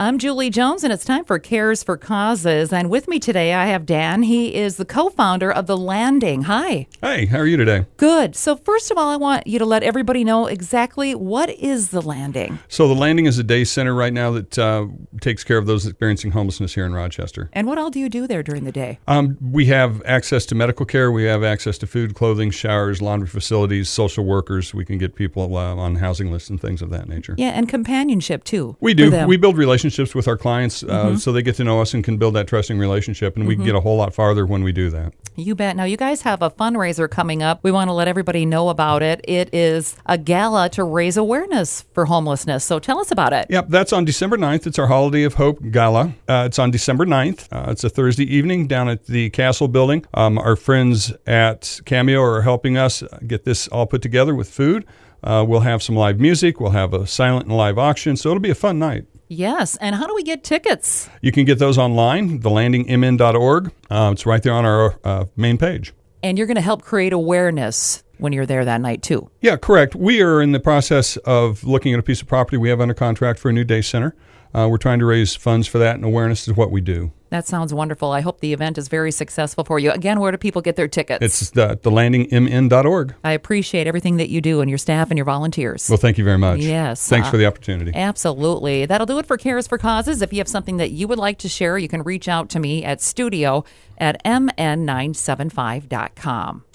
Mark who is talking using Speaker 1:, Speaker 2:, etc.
Speaker 1: I'm Julie Jones, and it's time for Cares for Causes. And with me today, I have Dan. He is the co founder of The Landing. Hi.
Speaker 2: Hey, how are you today?
Speaker 1: Good. So, first of all, I want you to let everybody know exactly what is The Landing
Speaker 2: So, the Landing is a day center right now that uh, takes care of those experiencing homelessness here in Rochester.
Speaker 1: and what all do you do there during the day?
Speaker 2: Um, we have access to medical care, we have access to food, clothing, showers, laundry facilities, social workers. We can get people uh, on housing lists and things of that nature.
Speaker 1: Yeah, and companionship too.
Speaker 2: We
Speaker 1: for
Speaker 2: do.
Speaker 1: them. Mm-hmm.
Speaker 2: We build relationships with our clients uh, so they get to know us and can build that trusting relationship, and we can get a whole lot farther when we do that.
Speaker 1: You bet. Now, you guys have a fundraiser coming up. We want to let everybody know about it. It is a gala to raise awareness for homelessness. So, tell us about it.
Speaker 2: Yep, that's on December 9th. It's our Holiday of Hope Gala. Uh, it's on December 9th. Uh, it's a Thursday evening down at the Castle Building. Um, our friends at Cameo are helping us get this all put together with food. Uh, we'll have some live music. We'll have a silent and live auction. So it'll be a fun night.
Speaker 1: Yes. And how do we get tickets?
Speaker 2: You can get those online, thelandingmn.org. Uh, it's right there on our uh, main page.
Speaker 1: And you're going to help create awareness when you're there that night too.
Speaker 2: Yeah, correct. We are in the process of looking at a piece of property we have under contract for a new day center. Uh, we're trying to raise funds for that and awareness is what we do.
Speaker 1: That sounds wonderful. I hope the event is very successful for you. Again, where do people get their tickets?
Speaker 2: It's uh, the, thelandingmn.org.
Speaker 1: I appreciate everything that you do and your staff and your volunteers.
Speaker 2: Well, thank you very much.
Speaker 1: Yes,
Speaker 2: Thanks
Speaker 1: uh,
Speaker 2: for the opportunity.
Speaker 1: Absolutely. That'll do it for Cares for Causes. If you have something that you would like to share, you can reach out to me at studio at mn975.com.